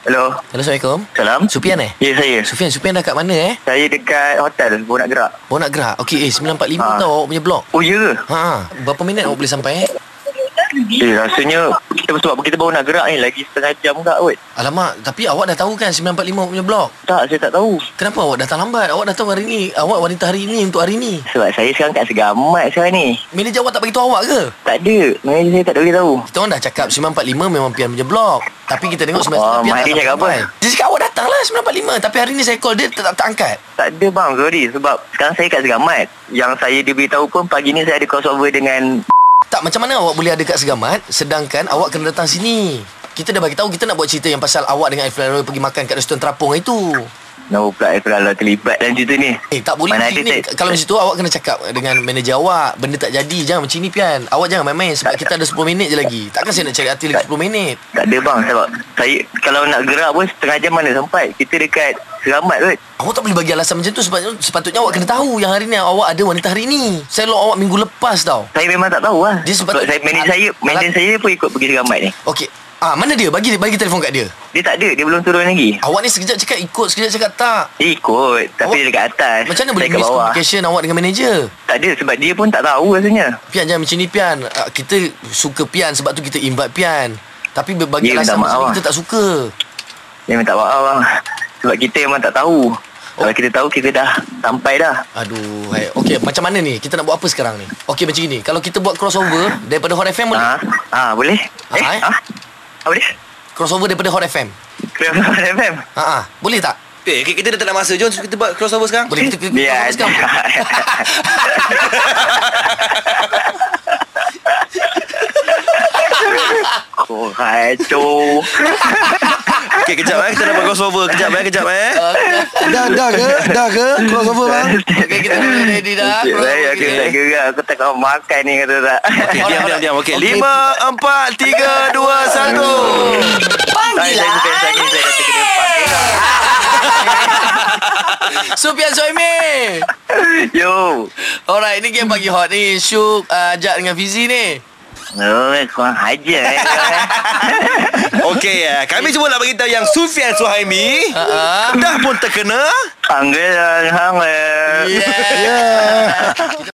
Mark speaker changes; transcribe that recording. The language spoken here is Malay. Speaker 1: Hello.
Speaker 2: Hello, Assalamualaikum.
Speaker 1: Salam.
Speaker 2: Supian eh?
Speaker 1: Ya, saya.
Speaker 2: Sufian, Sufian dah kat mana eh?
Speaker 1: Saya dekat hotel baru nak gerak.
Speaker 2: Bawa nak gerak. Okey, eh 945
Speaker 1: Ah.
Speaker 2: tau awak punya blok.
Speaker 1: Oh, ya ke?
Speaker 2: Ha, berapa minit awak boleh sampai eh?
Speaker 1: Eh, rasanya kita sebab kita baru nak gerak ni lagi setengah jam pula kot.
Speaker 2: Alamak, tapi awak dah tahu kan 945 awak punya blok.
Speaker 1: Tak, saya tak tahu.
Speaker 2: Kenapa awak datang lambat? Awak datang hari ni. Awak wanita hari ni untuk hari ni.
Speaker 1: Sebab saya sekarang kat Segamat sekarang ni.
Speaker 2: Manager awak tak beritahu awak ke?
Speaker 1: Tak ada. Manager saya tak ada beritahu.
Speaker 2: Kita orang dah cakap 945 memang pian punya blok. Tapi kita tengok 945
Speaker 1: Oh,
Speaker 2: pian
Speaker 1: Mak
Speaker 2: tak
Speaker 1: Adi cakap
Speaker 2: sampai.
Speaker 1: apa?
Speaker 2: Dia cakap awak datang lah 945. Tapi hari ni saya call dia tak, tak, tak angkat.
Speaker 1: Tak ada bang, sorry. Sebab sekarang saya kat Segamat. Yang saya diberitahu pun pagi ni saya ada crossover dengan...
Speaker 2: Tak macam mana awak boleh ada kat Segamat sedangkan awak kena datang sini. Kita dah bagi tahu kita nak buat cerita yang pasal awak dengan Iflan Roy pergi makan kat restoran terapung itu.
Speaker 1: Kenapa pula saya kalau terlibat dalam cerita ni?
Speaker 2: Eh tak boleh
Speaker 1: Mana ada
Speaker 2: macam ni.
Speaker 1: saya-
Speaker 2: Kalau macam tu awak kena cakap dengan manager awak, benda tak jadi jangan macam ni pian. Awak jangan main-main sebab kita ada 10 minit je lagi. Takkan saya nak cari hati lagi 10 minit.
Speaker 1: Tak ada bang sebab saya kalau nak gerak pun setengah jam mana sampai. Kita dekat Seramat kot.
Speaker 2: Awak tak boleh bagi alasan macam tu sebab sepatutnya awak kena tahu yang hari ni awak ada wanita hari ni. Saya lock awak minggu lepas tau.
Speaker 1: Saya memang tak tahu lah.
Speaker 2: Dia sebab-
Speaker 1: sebab saya, manager saya,
Speaker 2: Alat-
Speaker 1: manager saya pun ikut pergi Seramat ni.
Speaker 2: Okey. Ah mana dia? Bagi bagi telefon kat dia.
Speaker 1: Dia tak ada, dia belum turun lagi.
Speaker 2: Awak ni sekejap cakap ikut, sekejap cakap tak.
Speaker 1: Dia ikut tapi
Speaker 2: Awak-
Speaker 1: dia dekat atas.
Speaker 2: Oh, Macam mana
Speaker 1: saya
Speaker 2: boleh
Speaker 1: kat bawah.
Speaker 2: miscommunication awak dengan manager?
Speaker 1: Tak ada sebab dia pun tak tahu rasanya.
Speaker 2: Pian jangan macam ni Pian Ah, Kita suka Pian Sebab tu kita invite Pian Tapi berbagi
Speaker 1: Ya,
Speaker 2: alasan
Speaker 1: minta maaf
Speaker 2: macam ni
Speaker 1: lah.
Speaker 2: Kita tak suka
Speaker 1: Dia memang tak tahu bang. Sebab kita memang tak tahu. Kalau kita tahu kita dah sampai dah.
Speaker 2: Aduh hai. Okay macam mana ni Kita nak buat apa sekarang ni Okay macam ni Kalau kita buat crossover Daripada Hot FM boleh
Speaker 1: Ha? Ha, boleh? Eh?
Speaker 2: Ha, eh?
Speaker 1: Ha? Ha, boleh?
Speaker 2: Crossover daripada Hot FM
Speaker 1: Kenapa FM?
Speaker 2: ha, ha. Boleh tak?
Speaker 3: Eh, okay, kita dah tak nak masa. Jom kita buat crossover sekarang.
Speaker 2: Boleh kita, kita
Speaker 1: Biar.
Speaker 2: crossover sekarang
Speaker 1: Kacau.
Speaker 3: Okay, kejap eh. Kita dah buat crossover. Kejap eh, kejap eh.
Speaker 4: Dah dah ke? Dah ke? Crossover bang?
Speaker 2: Okay kita dah ready dah
Speaker 1: Cik,
Speaker 2: Crossover
Speaker 1: Saya aku
Speaker 2: kita.
Speaker 1: tak gerak Aku tak kau makan ni kata tak
Speaker 3: Okay, diam, diam, diam. Okay,
Speaker 2: Okay.
Speaker 3: lima, empat, tiga, dua, satu.
Speaker 1: Saya saya saya saya saya kata kena pakai lah.
Speaker 2: Supian Soimi
Speaker 1: Yo
Speaker 2: Alright ni game pagi hot ni Syuk uh, Ajak dengan Fizi ni
Speaker 1: Oh kurang hajar eh
Speaker 3: Okay, eh. kami cuma nak beritahu yang Sufian Suhaimi
Speaker 2: Ha-ha.
Speaker 3: dah pun terkena Ya.
Speaker 1: Panggil lah Hang eh
Speaker 2: Yeah
Speaker 4: Yeah.